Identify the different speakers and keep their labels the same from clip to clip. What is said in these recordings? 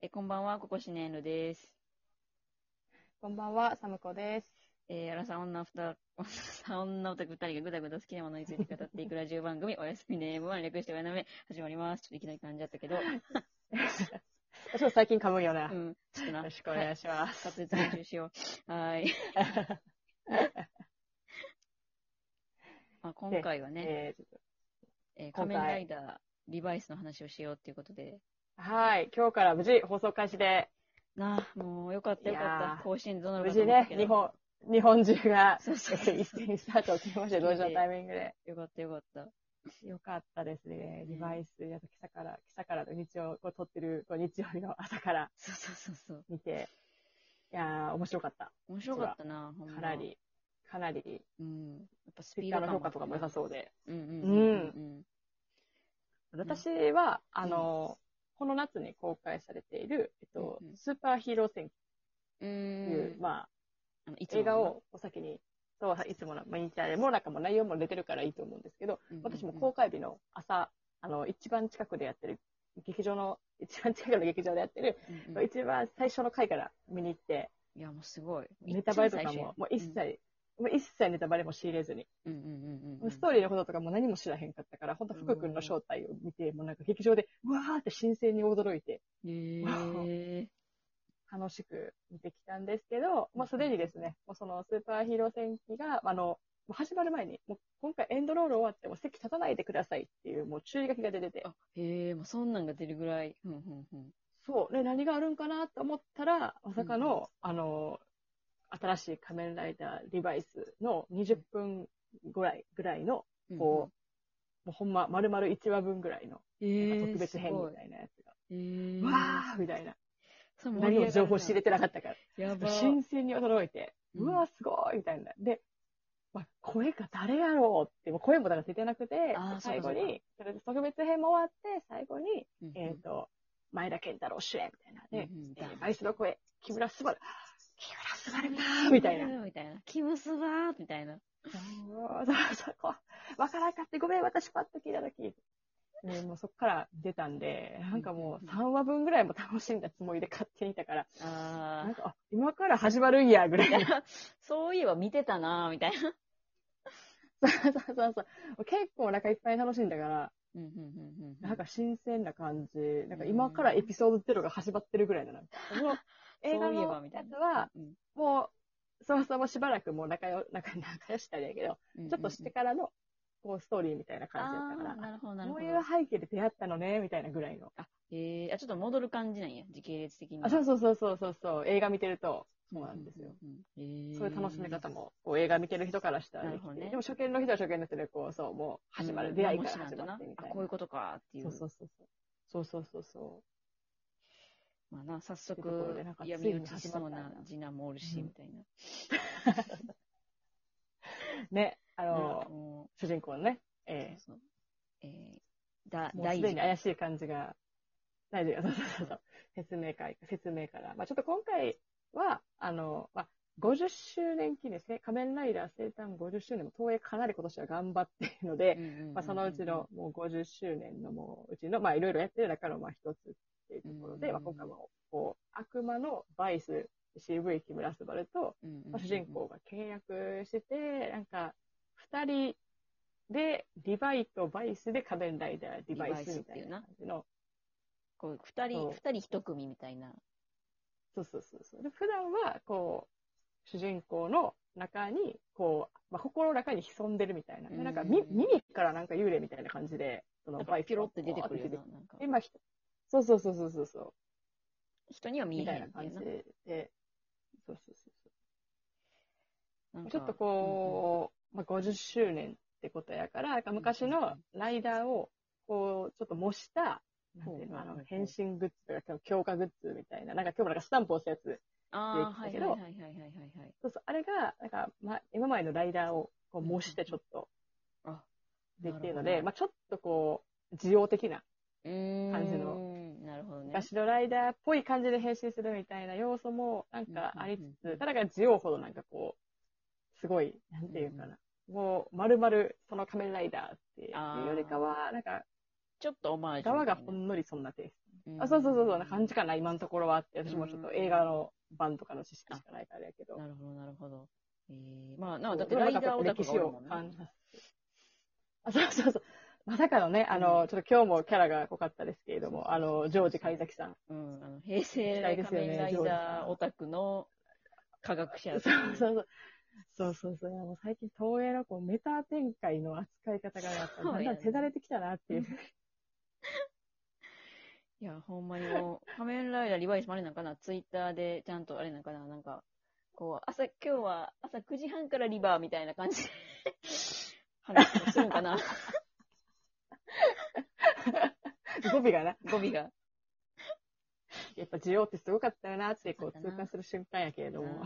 Speaker 1: え、こんばんは、ここしねんるです。
Speaker 2: こんばんは、サムコです。
Speaker 1: えー、アラサー女ふた、女オタク二人がぐだぐだ好きなものについて語っていくラジオ番組、おやすみね、M1 略しておやなめ、始まります。ちょっといきなり感じだった けど、
Speaker 2: ちょっと最近噛むよ
Speaker 1: う
Speaker 2: な。よ
Speaker 1: ん、ちょっとな、
Speaker 2: ろしくお願いします。
Speaker 1: 滑舌練習しよう。はーい。まあ、今回はね、
Speaker 2: えー
Speaker 1: えー仮
Speaker 2: 今回
Speaker 1: 面ライダー、リバイスの話をしようっていうことで、
Speaker 2: はい、今日から無事放送開始で、
Speaker 1: なあ、もうよかったよ
Speaker 2: い
Speaker 1: かっ
Speaker 2: や
Speaker 1: た。
Speaker 2: ー
Speaker 1: 甲子園どうな
Speaker 2: 無
Speaker 1: るか
Speaker 2: 事
Speaker 1: と思った
Speaker 2: ね
Speaker 1: け、ど
Speaker 2: 日本、日本中が
Speaker 1: そうそうそう
Speaker 2: 一斉にスタートを切りましたよ、同時のタイミングで。
Speaker 1: よかったよかった。
Speaker 2: よかったですね。
Speaker 1: うん
Speaker 2: リバイス、やっと今朝から、今朝からの日曜、こう撮ってる、こう日曜日の朝から
Speaker 1: そうそうそうそう。
Speaker 2: 見て、いやー、面白かった。
Speaker 1: 面白かったな、ほんま。
Speaker 2: かな。り、かなり、
Speaker 1: うん。やっぱス
Speaker 2: ツ
Speaker 1: ピ
Speaker 2: イ
Speaker 1: ード
Speaker 2: ッター
Speaker 1: 感
Speaker 2: の評価とかも良さそう
Speaker 1: で。
Speaker 2: で。
Speaker 1: うんうんうんうん。
Speaker 2: 私は、あの、この夏に公開されている、えっと
Speaker 1: うんうん、
Speaker 2: スーパーヒーロー戦
Speaker 1: うん
Speaker 2: 記という、。まあ、
Speaker 1: あのいつも
Speaker 2: 映
Speaker 1: の
Speaker 2: 画をお先に、そう、いつもの、毎日あれも、なんかもう内容も出てるからいいと思うんですけど、私も公開日の朝、あの、一番近くでやってる、劇場の、一番近くの劇場でやってる、
Speaker 1: うんうんうんうん
Speaker 2: 一番最初の回から見に行って、
Speaker 1: いや、もうすごい。
Speaker 2: ネタバレとか
Speaker 1: 一番最初
Speaker 2: も、もう一切、もう一切ネタバレも仕入れずに、
Speaker 1: うんうんうんうん
Speaker 2: も
Speaker 1: う。
Speaker 2: うんストーリーのこととかも何も知らへんかったから、本当福君の正体を見て、もうなんか劇場で、うわーって新鮮に驚いて、
Speaker 1: へえ。
Speaker 2: 楽しく見てきたんですけど、まあ、すでにですね、もうそのスーパーヒーロー戦記が、あの、もう始まる前に、もう今回エンドロール終わっても席立たないでくださいっていう、もう注意書きが出てて、
Speaker 1: あ、へえ、もうそんなんが出るぐらい。うんうんうん。
Speaker 2: そう、ね、何があるんかなと思ったら、まさかの、あの、新しい仮面ライダーリバイスの20分ぐらい、ぐらいの、
Speaker 1: うんうん
Speaker 2: こう、もうほんま、丸々1話分ぐらいの、
Speaker 1: へえ。
Speaker 2: 特別編
Speaker 1: す
Speaker 2: み
Speaker 1: ごい
Speaker 2: たいなやつが、
Speaker 1: へえ。
Speaker 2: わーみたいな、
Speaker 1: それ盛り上
Speaker 2: 何
Speaker 1: がる
Speaker 2: も
Speaker 1: な
Speaker 2: 情報知れてなかったから。
Speaker 1: やば。
Speaker 2: 新鮮に驚いて、
Speaker 1: う
Speaker 2: うんわ、すごいみたいな。で、まあ、声が誰やろうって、もう声もだから出てなくて
Speaker 1: あー、
Speaker 2: 最
Speaker 1: そうかそ
Speaker 2: 後
Speaker 1: うか
Speaker 2: に、それで特別編も終わって、最後に、
Speaker 1: うんうん
Speaker 2: えっ、と、前田健太郎主演みたいなね、
Speaker 1: うんうん
Speaker 2: えーバイスの声、木村昴、木村昴だーみたいな。
Speaker 1: みたいな。キムスバーみたいな。
Speaker 2: そうそうそうこう、わからんかって、ごめん、私パッと聞いたとき。ね、もうそっから出たんで、なんかもう3話分ぐらいも楽しんだつもりで買っていたから、
Speaker 1: あ
Speaker 2: なん
Speaker 1: ー
Speaker 2: か、あ今から始まるんや、ぐらい
Speaker 1: い
Speaker 2: な
Speaker 1: や。 そういえば見てたなーみたいな。
Speaker 2: そうそうそうそう。結構お腹いっぱい楽しんだから、
Speaker 1: うんうんうんうんうん
Speaker 2: なんか新鮮な感じ。なんか今からエピソードゼロが始まってるぐらいだな。この映画
Speaker 1: そういえば
Speaker 2: の
Speaker 1: みた
Speaker 2: や
Speaker 1: い
Speaker 2: つ
Speaker 1: な
Speaker 2: は、
Speaker 1: うん
Speaker 2: もう、そもそもしばらくもう仲よ、仲仲良しだねんけど、
Speaker 1: うん
Speaker 2: ちょっとしてからの、こう、ストーリーみたいな感じだった
Speaker 1: あー
Speaker 2: か
Speaker 1: なるほど、な
Speaker 2: ら、
Speaker 1: る
Speaker 2: こ
Speaker 1: ほ
Speaker 2: う
Speaker 1: ど。
Speaker 2: いう背景で出会ったのね、みたいなぐらいの。
Speaker 1: あ、ええあ、ちょっと戻る感じなんや、時系列的に。
Speaker 2: あ、そうそうそうそうそうそう、映画見てると、そうなんですよ。。
Speaker 1: うんうんうん、え
Speaker 2: そういう楽しみ方も、こう映画見てる人からしたら
Speaker 1: なる
Speaker 2: で
Speaker 1: ほ
Speaker 2: き
Speaker 1: ど
Speaker 2: て、
Speaker 1: ね
Speaker 2: でも初見の人は初見の人で、こう、そう、もう始まる、出会いから始まってみたい
Speaker 1: あ、
Speaker 2: な
Speaker 1: こういう。ことかっていう。
Speaker 2: そうそうそうそう。そうそうそうそ
Speaker 1: まあな、早
Speaker 2: ってところ
Speaker 1: 速
Speaker 2: でなん、か
Speaker 1: 闇討ちしそう
Speaker 2: ついに始まっ
Speaker 1: な
Speaker 2: たんだ
Speaker 1: 次男もおるし、
Speaker 2: うん
Speaker 1: みたいな。
Speaker 2: う。ね、あの
Speaker 1: なんか、も
Speaker 2: 主人公のね、
Speaker 1: う
Speaker 2: え
Speaker 1: そうそうえーだ
Speaker 2: え、もう
Speaker 1: 大
Speaker 2: す
Speaker 1: 事
Speaker 2: でに怪しい感じが、大事が、そうそうそうそう、説明会、説明から。まあちょっと今回は、あの、まあ50周年記念、せ仮面ライダー生誕50周年も東映かなり今年は頑張っているので、まあ、そのうちの、もう50周年のもううちの、まあ、いろいろやってる中の、まあ、一つっていうところで、
Speaker 1: うん
Speaker 2: まあ、今回も、こう、悪魔のバイス、CV 木村昴と、
Speaker 1: うんうんうんうん、
Speaker 2: まあ主人公が契約してて、なんか、二人で、リバイとバイスで仮面ライダー、リバイスみたいな感じの、
Speaker 1: こう、二
Speaker 2: そ
Speaker 1: 人、
Speaker 2: う
Speaker 1: 二人一組みたいな。
Speaker 2: そうそうそうそう。で普段は、こう、主人公の中に、こう、まあ、心の中に潜んでるみたいな。でなんか、み
Speaker 1: うん
Speaker 2: 耳からなんか幽霊みたいな感じで、その
Speaker 1: なん
Speaker 2: バ
Speaker 1: か
Speaker 2: イス
Speaker 1: ピロって出てくるよ
Speaker 2: で
Speaker 1: うな、なんか。
Speaker 2: 今、ひそうそうそうそうそうそ
Speaker 1: 人には
Speaker 2: う、
Speaker 1: 見えへ
Speaker 2: みた
Speaker 1: ん
Speaker 2: いな
Speaker 1: って
Speaker 2: 感
Speaker 1: い
Speaker 2: じ
Speaker 1: うな
Speaker 2: で、そうそうそ
Speaker 1: なん
Speaker 2: うそう。
Speaker 1: か
Speaker 2: ちょっとこう、まあ、50周年ってことやから、なんか昔のライダーを、こう、ちょっと模した、なんていうの、あ
Speaker 1: ほうほうほ
Speaker 2: の
Speaker 1: う、
Speaker 2: 変身グッズとか今日、強化グッズみたいな、なんか今日もなんかスタンプ押したやつ、
Speaker 1: うんうんああ、は
Speaker 2: 出て
Speaker 1: い
Speaker 2: きたけ
Speaker 1: は
Speaker 2: ど
Speaker 1: いはいはいはいはいはい。
Speaker 2: そうそう、あれが、なんか、ま、今までのライダーを、こう、模してちょっと、
Speaker 1: あ、
Speaker 2: でっていうの
Speaker 1: なるほ
Speaker 2: で、
Speaker 1: ど
Speaker 2: まあ、ちょっとこう、需要的な、
Speaker 1: 感
Speaker 2: 感じの
Speaker 1: の。なるほどね。
Speaker 2: 昔のライダーっぽい感じで変身するみたいな要素もなんかありつ
Speaker 1: うんうんうん
Speaker 2: つ、ただがジオほどなんかこう、すごい、なんていうかな。もう、まるまるその仮面ライダーっていうよりかは、なんか、
Speaker 1: ちょっとオマージュみたいな。
Speaker 2: 側がほんのりそんなテイス
Speaker 1: ん
Speaker 2: あ、そうそうそう、そうな感じかな、今のところはって。私もちょっ
Speaker 1: う
Speaker 2: と
Speaker 1: ん
Speaker 2: 映画の版とかの知識しかないからあれやけど。
Speaker 1: なるほど、なるほど。えー、まあ、な
Speaker 2: そ
Speaker 1: あ、
Speaker 2: う
Speaker 1: だって
Speaker 2: そ
Speaker 1: ラ
Speaker 2: れは
Speaker 1: イダ
Speaker 2: また
Speaker 1: ーオタク
Speaker 2: 歴
Speaker 1: が
Speaker 2: 史
Speaker 1: おる
Speaker 2: を
Speaker 1: もんね。
Speaker 2: 感じます。あ、そうそうそう。まさかのね、あの、ちょっと今日もキャラが濃かったですけれども、あの、ジョージ・カイザキさん。
Speaker 1: うん、あの平
Speaker 2: 期待
Speaker 1: 成
Speaker 2: ですよ
Speaker 1: 仮
Speaker 2: ね
Speaker 1: 面ライ
Speaker 2: ジョージ
Speaker 1: ダ
Speaker 2: さ
Speaker 1: ー
Speaker 2: ん
Speaker 1: オタクの科学者
Speaker 2: そう
Speaker 1: って
Speaker 2: そう
Speaker 1: い
Speaker 2: そう。そうそうそう。いやもう最近東映のこうメタ展開の扱い方がやっぱ
Speaker 1: そう
Speaker 2: だん
Speaker 1: や
Speaker 2: だん
Speaker 1: ね
Speaker 2: 手だれてきたなっていう。
Speaker 1: いや、ほんまにもう、仮面ライダーリバイスもあれなんかな、ツイッターでちゃんとあれなんかな、なんか、こう、朝、今日は朝9時半からリバーみたいな感じで話とかするんかな、
Speaker 2: 語尾がな、
Speaker 1: 語尾が。
Speaker 2: やっぱ需要ってすごかったよなってこう
Speaker 1: そうだ
Speaker 2: 痛
Speaker 1: な
Speaker 2: 感する瞬間やけれども。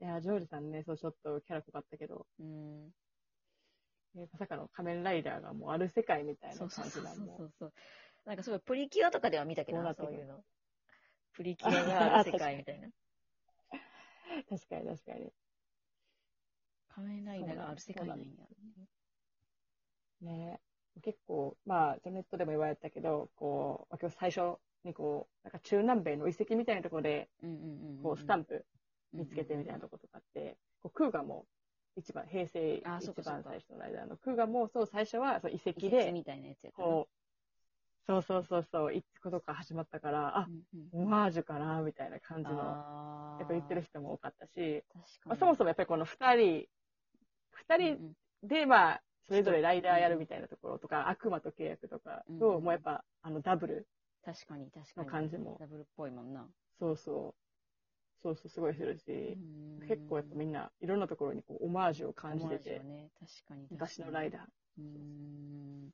Speaker 2: いや、ジョージさんね、そうちょっとキャラ濃かったけど、
Speaker 1: うん。
Speaker 2: ねまさかの仮面ライダーがもうある世界みたいな
Speaker 1: そ
Speaker 2: 感
Speaker 1: うそうそ
Speaker 2: じ
Speaker 1: う
Speaker 2: なんも
Speaker 1: そうそう。なんかすごいプリキュアとかでは見たけど
Speaker 2: そうな
Speaker 1: な、
Speaker 2: ってく
Speaker 1: そ
Speaker 2: る
Speaker 1: ういうの。プリキュアがある世界みたいな。
Speaker 2: う確かに確かに。
Speaker 1: 仮面ライダーがある世界なんや。
Speaker 2: ね結構、まあ、ネットでも言われたけど、こう、まあ今日最初にこう、なんか中南米の遺跡みたいなところで、
Speaker 1: うんうんうんうん。
Speaker 2: こう、スタン
Speaker 1: プ
Speaker 2: プ見つけてみたいなところとかって、こう、クーガも、一番、平成
Speaker 1: あ
Speaker 2: 一
Speaker 1: そうかそう
Speaker 2: 番
Speaker 1: か
Speaker 2: 最初のライダーのクーガも、そう、最初はそう遺跡
Speaker 1: 遺跡
Speaker 2: で、
Speaker 1: みたいなやつやったな
Speaker 2: こう、そうそうそうそう、いつことから始まったから、あ
Speaker 1: う、んうん
Speaker 2: オマージュかな、みたいな感じの、や
Speaker 1: あー
Speaker 2: っぱ言ってる人も多かったし、
Speaker 1: 確か
Speaker 2: まあ、
Speaker 1: に。
Speaker 2: そもそもやっぱりこの二人、二人
Speaker 1: うん
Speaker 2: で、まあ、それぞれライダーやるみたいなところとか、悪魔と契約とか
Speaker 1: うん
Speaker 2: と、もうやっぱ、あの、ダブル
Speaker 1: 確かに、確か
Speaker 2: の
Speaker 1: に。
Speaker 2: 感じも、
Speaker 1: ダブルっぽいもんな。
Speaker 2: そうそう、そうそう、すごいするし、結構やっぱみんないろんなところにこう、オマージュを感じて
Speaker 1: 思わ
Speaker 2: て
Speaker 1: ず、ね、確かに
Speaker 2: 昔のライダー。
Speaker 1: ー。うーん。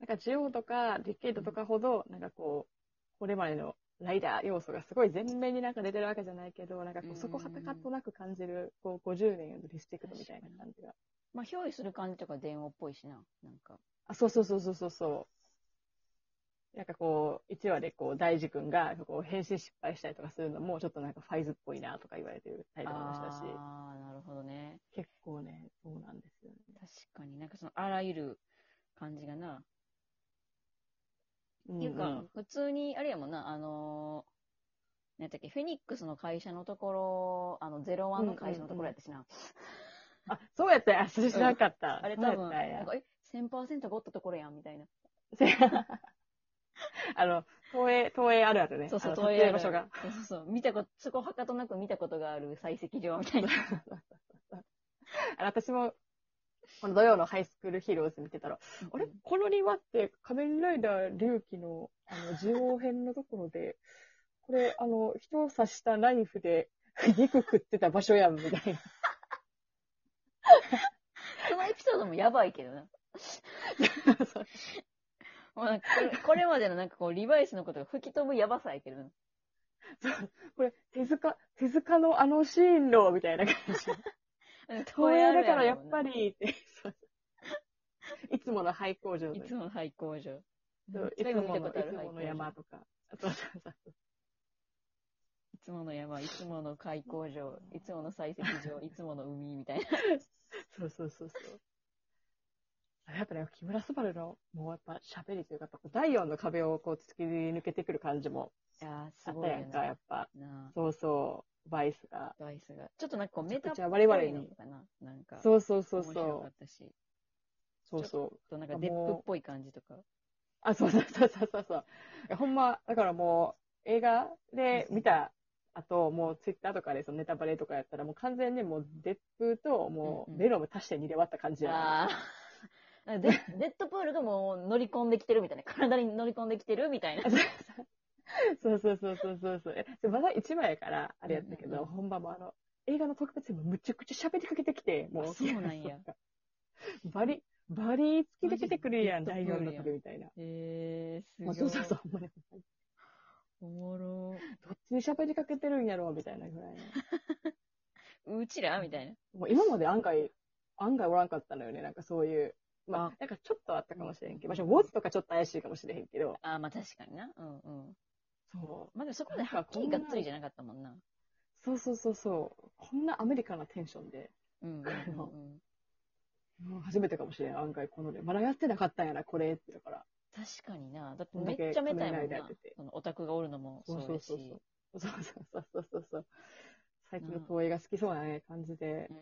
Speaker 2: なんか、ジオとか、ディケイトとかほど、なんかこう、これまでのライダー要素がすごい前面になんか出てるわけじゃないけど、なんかこ
Speaker 1: うん
Speaker 2: う、そこはたかとなく感じる、こう、50年のリスペクトみたいな
Speaker 1: 確か
Speaker 2: 感じが。
Speaker 1: まあ、憑依する感じとか電話っぽいしな。なんか。
Speaker 2: あ、そうそうそうそうそうそう。なんかこう、1話でこう、大二君がこう変身失敗したりとかするのも、ちょっとなんかファイズっぽいなとか言われてるタイプの話だし、
Speaker 1: ああ、なるほどね。
Speaker 2: 結構ね、そうなんですよね。
Speaker 1: 確かになんかその、あらゆる感じがな。
Speaker 2: うん
Speaker 1: っていうか、
Speaker 2: うん
Speaker 1: 普通に、あれやもんな、あのー、なんだっけ、フェニックスの会社のところ、あの、ゼロワンの会社のところやったしな。
Speaker 2: あ、そうやったんや、それ知らなかった。
Speaker 1: あれ
Speaker 2: そうや
Speaker 1: 多
Speaker 2: っ
Speaker 1: 分、
Speaker 2: たん
Speaker 1: な
Speaker 2: や
Speaker 1: ん。かえ、1000%ゴったところやん、みたいな。
Speaker 2: あの、東映、東映あるあるね。
Speaker 1: そうそう、
Speaker 2: あの
Speaker 1: 東
Speaker 2: 撮
Speaker 1: 映
Speaker 2: 影場所が。。
Speaker 1: そうそうそう。見たこと、そこはかとなく見たことがある採石場みたい な。
Speaker 2: あの私も、この土曜のハイスクールヒーローズ見てたら、あれこの庭って仮面ライダー龍騎の、あの、 呪王編のところで、これ、あの、人を刺したナイフで 肉食ってた場所やん、みたいな。
Speaker 1: そのエピソードもやばいけどな。もうなんかこれこれまでのなんかこう、リバイスのことが吹き飛ぶやばさやけどな。
Speaker 2: これ、手塚、手塚のあのシーンの、みた いな感じ。東映だからやっぱ。り、って。 そういつもの廃工場
Speaker 1: い
Speaker 2: の
Speaker 1: つもの廃工場。
Speaker 2: そうい
Speaker 1: 一
Speaker 2: つ
Speaker 1: 回
Speaker 2: も
Speaker 1: も
Speaker 2: の、
Speaker 1: 見たことあ
Speaker 2: い
Speaker 1: る
Speaker 2: つ
Speaker 1: 廃
Speaker 2: も
Speaker 1: 工
Speaker 2: の
Speaker 1: 場。
Speaker 2: 山とか。そうそうそう
Speaker 1: いつもの山、いつもの開工場、いつもの採石 場、いつもの海みたいな。
Speaker 2: そうそうそうそう。あやっぱね、木村昴の、もうやっぱ喋りというか、やっぱ第4の壁をこう突き抜けてくる感じも
Speaker 1: いやー、
Speaker 2: あ
Speaker 1: す
Speaker 2: っ
Speaker 1: ご
Speaker 2: た
Speaker 1: い
Speaker 2: や
Speaker 1: よ
Speaker 2: んか、や
Speaker 1: な。
Speaker 2: っぱ。
Speaker 1: なあ、
Speaker 2: そうそう、バイスが。
Speaker 1: バイスが。ちょっとなんかこう、メタっぽ
Speaker 2: じゃ
Speaker 1: い
Speaker 2: あ我々に
Speaker 1: のかな。なんか、
Speaker 2: そうそうそう
Speaker 1: 面白か
Speaker 2: そ
Speaker 1: ったし。
Speaker 2: う。そうそう。
Speaker 1: となんかデップっぽい感じとか。
Speaker 2: あ、そうそうそうそうそうそう。いやほんま、だからもう、映画で見た後、もうツイッターとかでそのネタバレとかやったら、もう完全にもう、デップと、も
Speaker 1: うんう
Speaker 2: う、
Speaker 1: ん
Speaker 2: ベロム足して2で割った感じやな。
Speaker 1: ああ。デ デッドプールがもう乗り込んできてるみたいな。体に乗り込んできてるみたい な。
Speaker 2: そうそうそうそうそうそう。えでまだ1枚やから、あれやったけ
Speaker 1: うんうんう
Speaker 2: ど、
Speaker 1: ん
Speaker 2: 本番もあの、映画の特別にむちゃくちゃ喋りかけてきて、も
Speaker 1: あ
Speaker 2: う。
Speaker 1: そうなんや。
Speaker 2: バリ、バリつきで出てくるやん、
Speaker 1: マジ
Speaker 2: 第
Speaker 1: で
Speaker 2: 4の壁みたいな。
Speaker 1: へえー、す
Speaker 2: も
Speaker 1: ごい。
Speaker 2: うそうそうそう、ほんまに。
Speaker 1: おもろ。
Speaker 2: どっちに喋りかけてるんやろうみたいなぐらいの。
Speaker 1: うちらみたいな。
Speaker 2: もう今まで案外、案外おらんかったのよね、なんかそういう。ま
Speaker 1: あ
Speaker 2: あ、なんかちょっとあったかもしれんけど、まあ、ウォーズとかちょっと怪しいかもしれへんけど、
Speaker 1: ああ、まあ確かにな。うんうん。
Speaker 2: そ
Speaker 1: まあでもそこまではっきりがっつりじゃなかったもんな。
Speaker 2: う。そうそうそうそう。こんなアメリカなテンションで、
Speaker 1: うんうんうんうん。
Speaker 2: うん初めてかもしれん、案外このね、まだやってなかったんやな、これってだから。
Speaker 1: 確かにな。だって
Speaker 2: こんだけ
Speaker 1: めっちゃめたいも
Speaker 2: 仮面ライ
Speaker 1: ん
Speaker 2: ダー
Speaker 1: な
Speaker 2: やってて。
Speaker 1: そのオタクがおるのもそうやし。
Speaker 2: そうそうそうそうそうそう。最近の東映が好きそうなね、感じで
Speaker 1: う。
Speaker 2: ま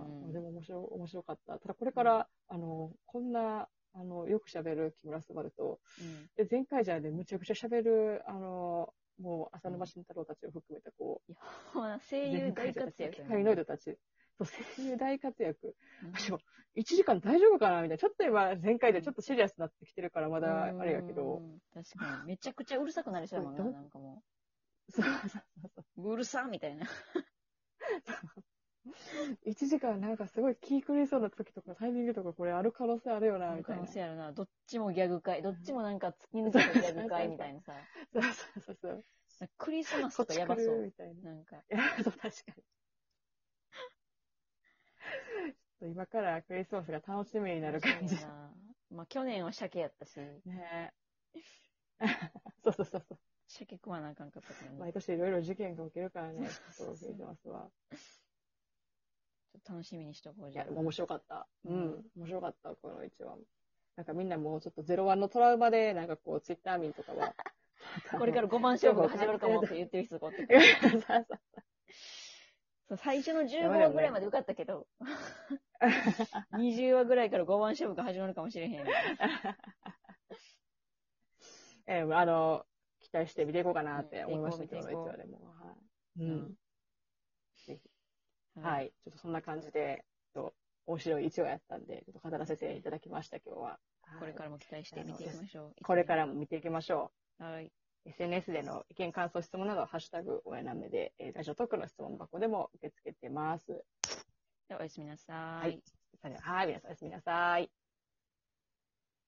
Speaker 1: ー
Speaker 2: あ
Speaker 1: ん
Speaker 2: でも面白面白かった。ただこれから、あの、こんな、あの、よく喋る木村昴と、
Speaker 1: うん
Speaker 2: で前回じゃあね、むちゃくちゃ喋る、あの、もう、浅沼慎太郎たちを含めた、こ
Speaker 1: いや、ほんま声
Speaker 2: う、
Speaker 1: 優大活躍や
Speaker 2: 機
Speaker 1: な
Speaker 2: 械ノイドたち。そう、声優大活躍。
Speaker 1: うん
Speaker 2: しかも、1時間大丈夫かなみたいな。ちょっと今、前回でちょっとシリアスになってきてるから、まだ、あれやけど。
Speaker 1: うん。確かに。めちゃくちゃうるさくなりそうやもんな、
Speaker 2: どう
Speaker 1: なんかも
Speaker 2: そうそうそうそう。
Speaker 1: う。うるさみたいな。
Speaker 2: 1時間なんかすごい気狂いそうな時とかタイミングとかこれある可能性あるよな、みた
Speaker 1: 可
Speaker 2: いな。
Speaker 1: 能
Speaker 2: そ
Speaker 1: 性
Speaker 2: う
Speaker 1: やろな。どっちもギャグ会。どっちもなんか突き抜けたギャグ会みたいなさ。
Speaker 2: そうそうそう。
Speaker 1: クリスマス
Speaker 2: ことっ
Speaker 1: かやば
Speaker 2: ち来
Speaker 1: そ
Speaker 2: る
Speaker 1: う。
Speaker 2: みたいな。
Speaker 1: なんか。
Speaker 2: いや、そう、確かに。ちょっと今からクリスマスが楽しみになる感じ
Speaker 1: そう。やなまあ去年は鮭やったし、
Speaker 2: ね え。そうそうそうそ
Speaker 1: 鮭食わなあかんかったから
Speaker 2: う。
Speaker 1: ね、
Speaker 2: 毎年いろいろ事件が起きるからね、
Speaker 1: そうそうそう
Speaker 2: そうクリスマスは。
Speaker 1: ちょっと楽しみにしとこう
Speaker 2: い
Speaker 1: じゃ
Speaker 2: や
Speaker 1: あ、。
Speaker 2: 面白かった。う
Speaker 1: うん。
Speaker 2: ん、面白かった、この一話も。なんかみんなもうちょっとゼロワンのトラウマで、なんかこう、ツイッター民とか は
Speaker 1: これから5番勝負が始まるかもって言ってる人がおって
Speaker 2: いやそうそう
Speaker 1: そう最初の15話ぐらいまで受かったけ ど、20話ぐらいから5番勝負が始まるかもしれへん。
Speaker 2: えーあの、期待して見ていこうかなって思いましたけど、
Speaker 1: うん
Speaker 2: 一
Speaker 1: 見ていこう
Speaker 2: 応でも。はい。う。
Speaker 1: うん
Speaker 2: は。い。ちょっとそんな感じで、ちょっと面白い一話やったんで、ちょっと語らせていただきました、今日は。はい
Speaker 1: これからも期待して見ていきましょう。
Speaker 2: これからも見ていきましょ
Speaker 1: はい。
Speaker 2: う。SNS での意見、感想、質問など、ハッシュタグ、おやなめで、えーラジオトークの質問箱でも受け付けてます。
Speaker 1: ではおやすみなさ
Speaker 2: はいい。それでははい、皆さんおやすみなさい。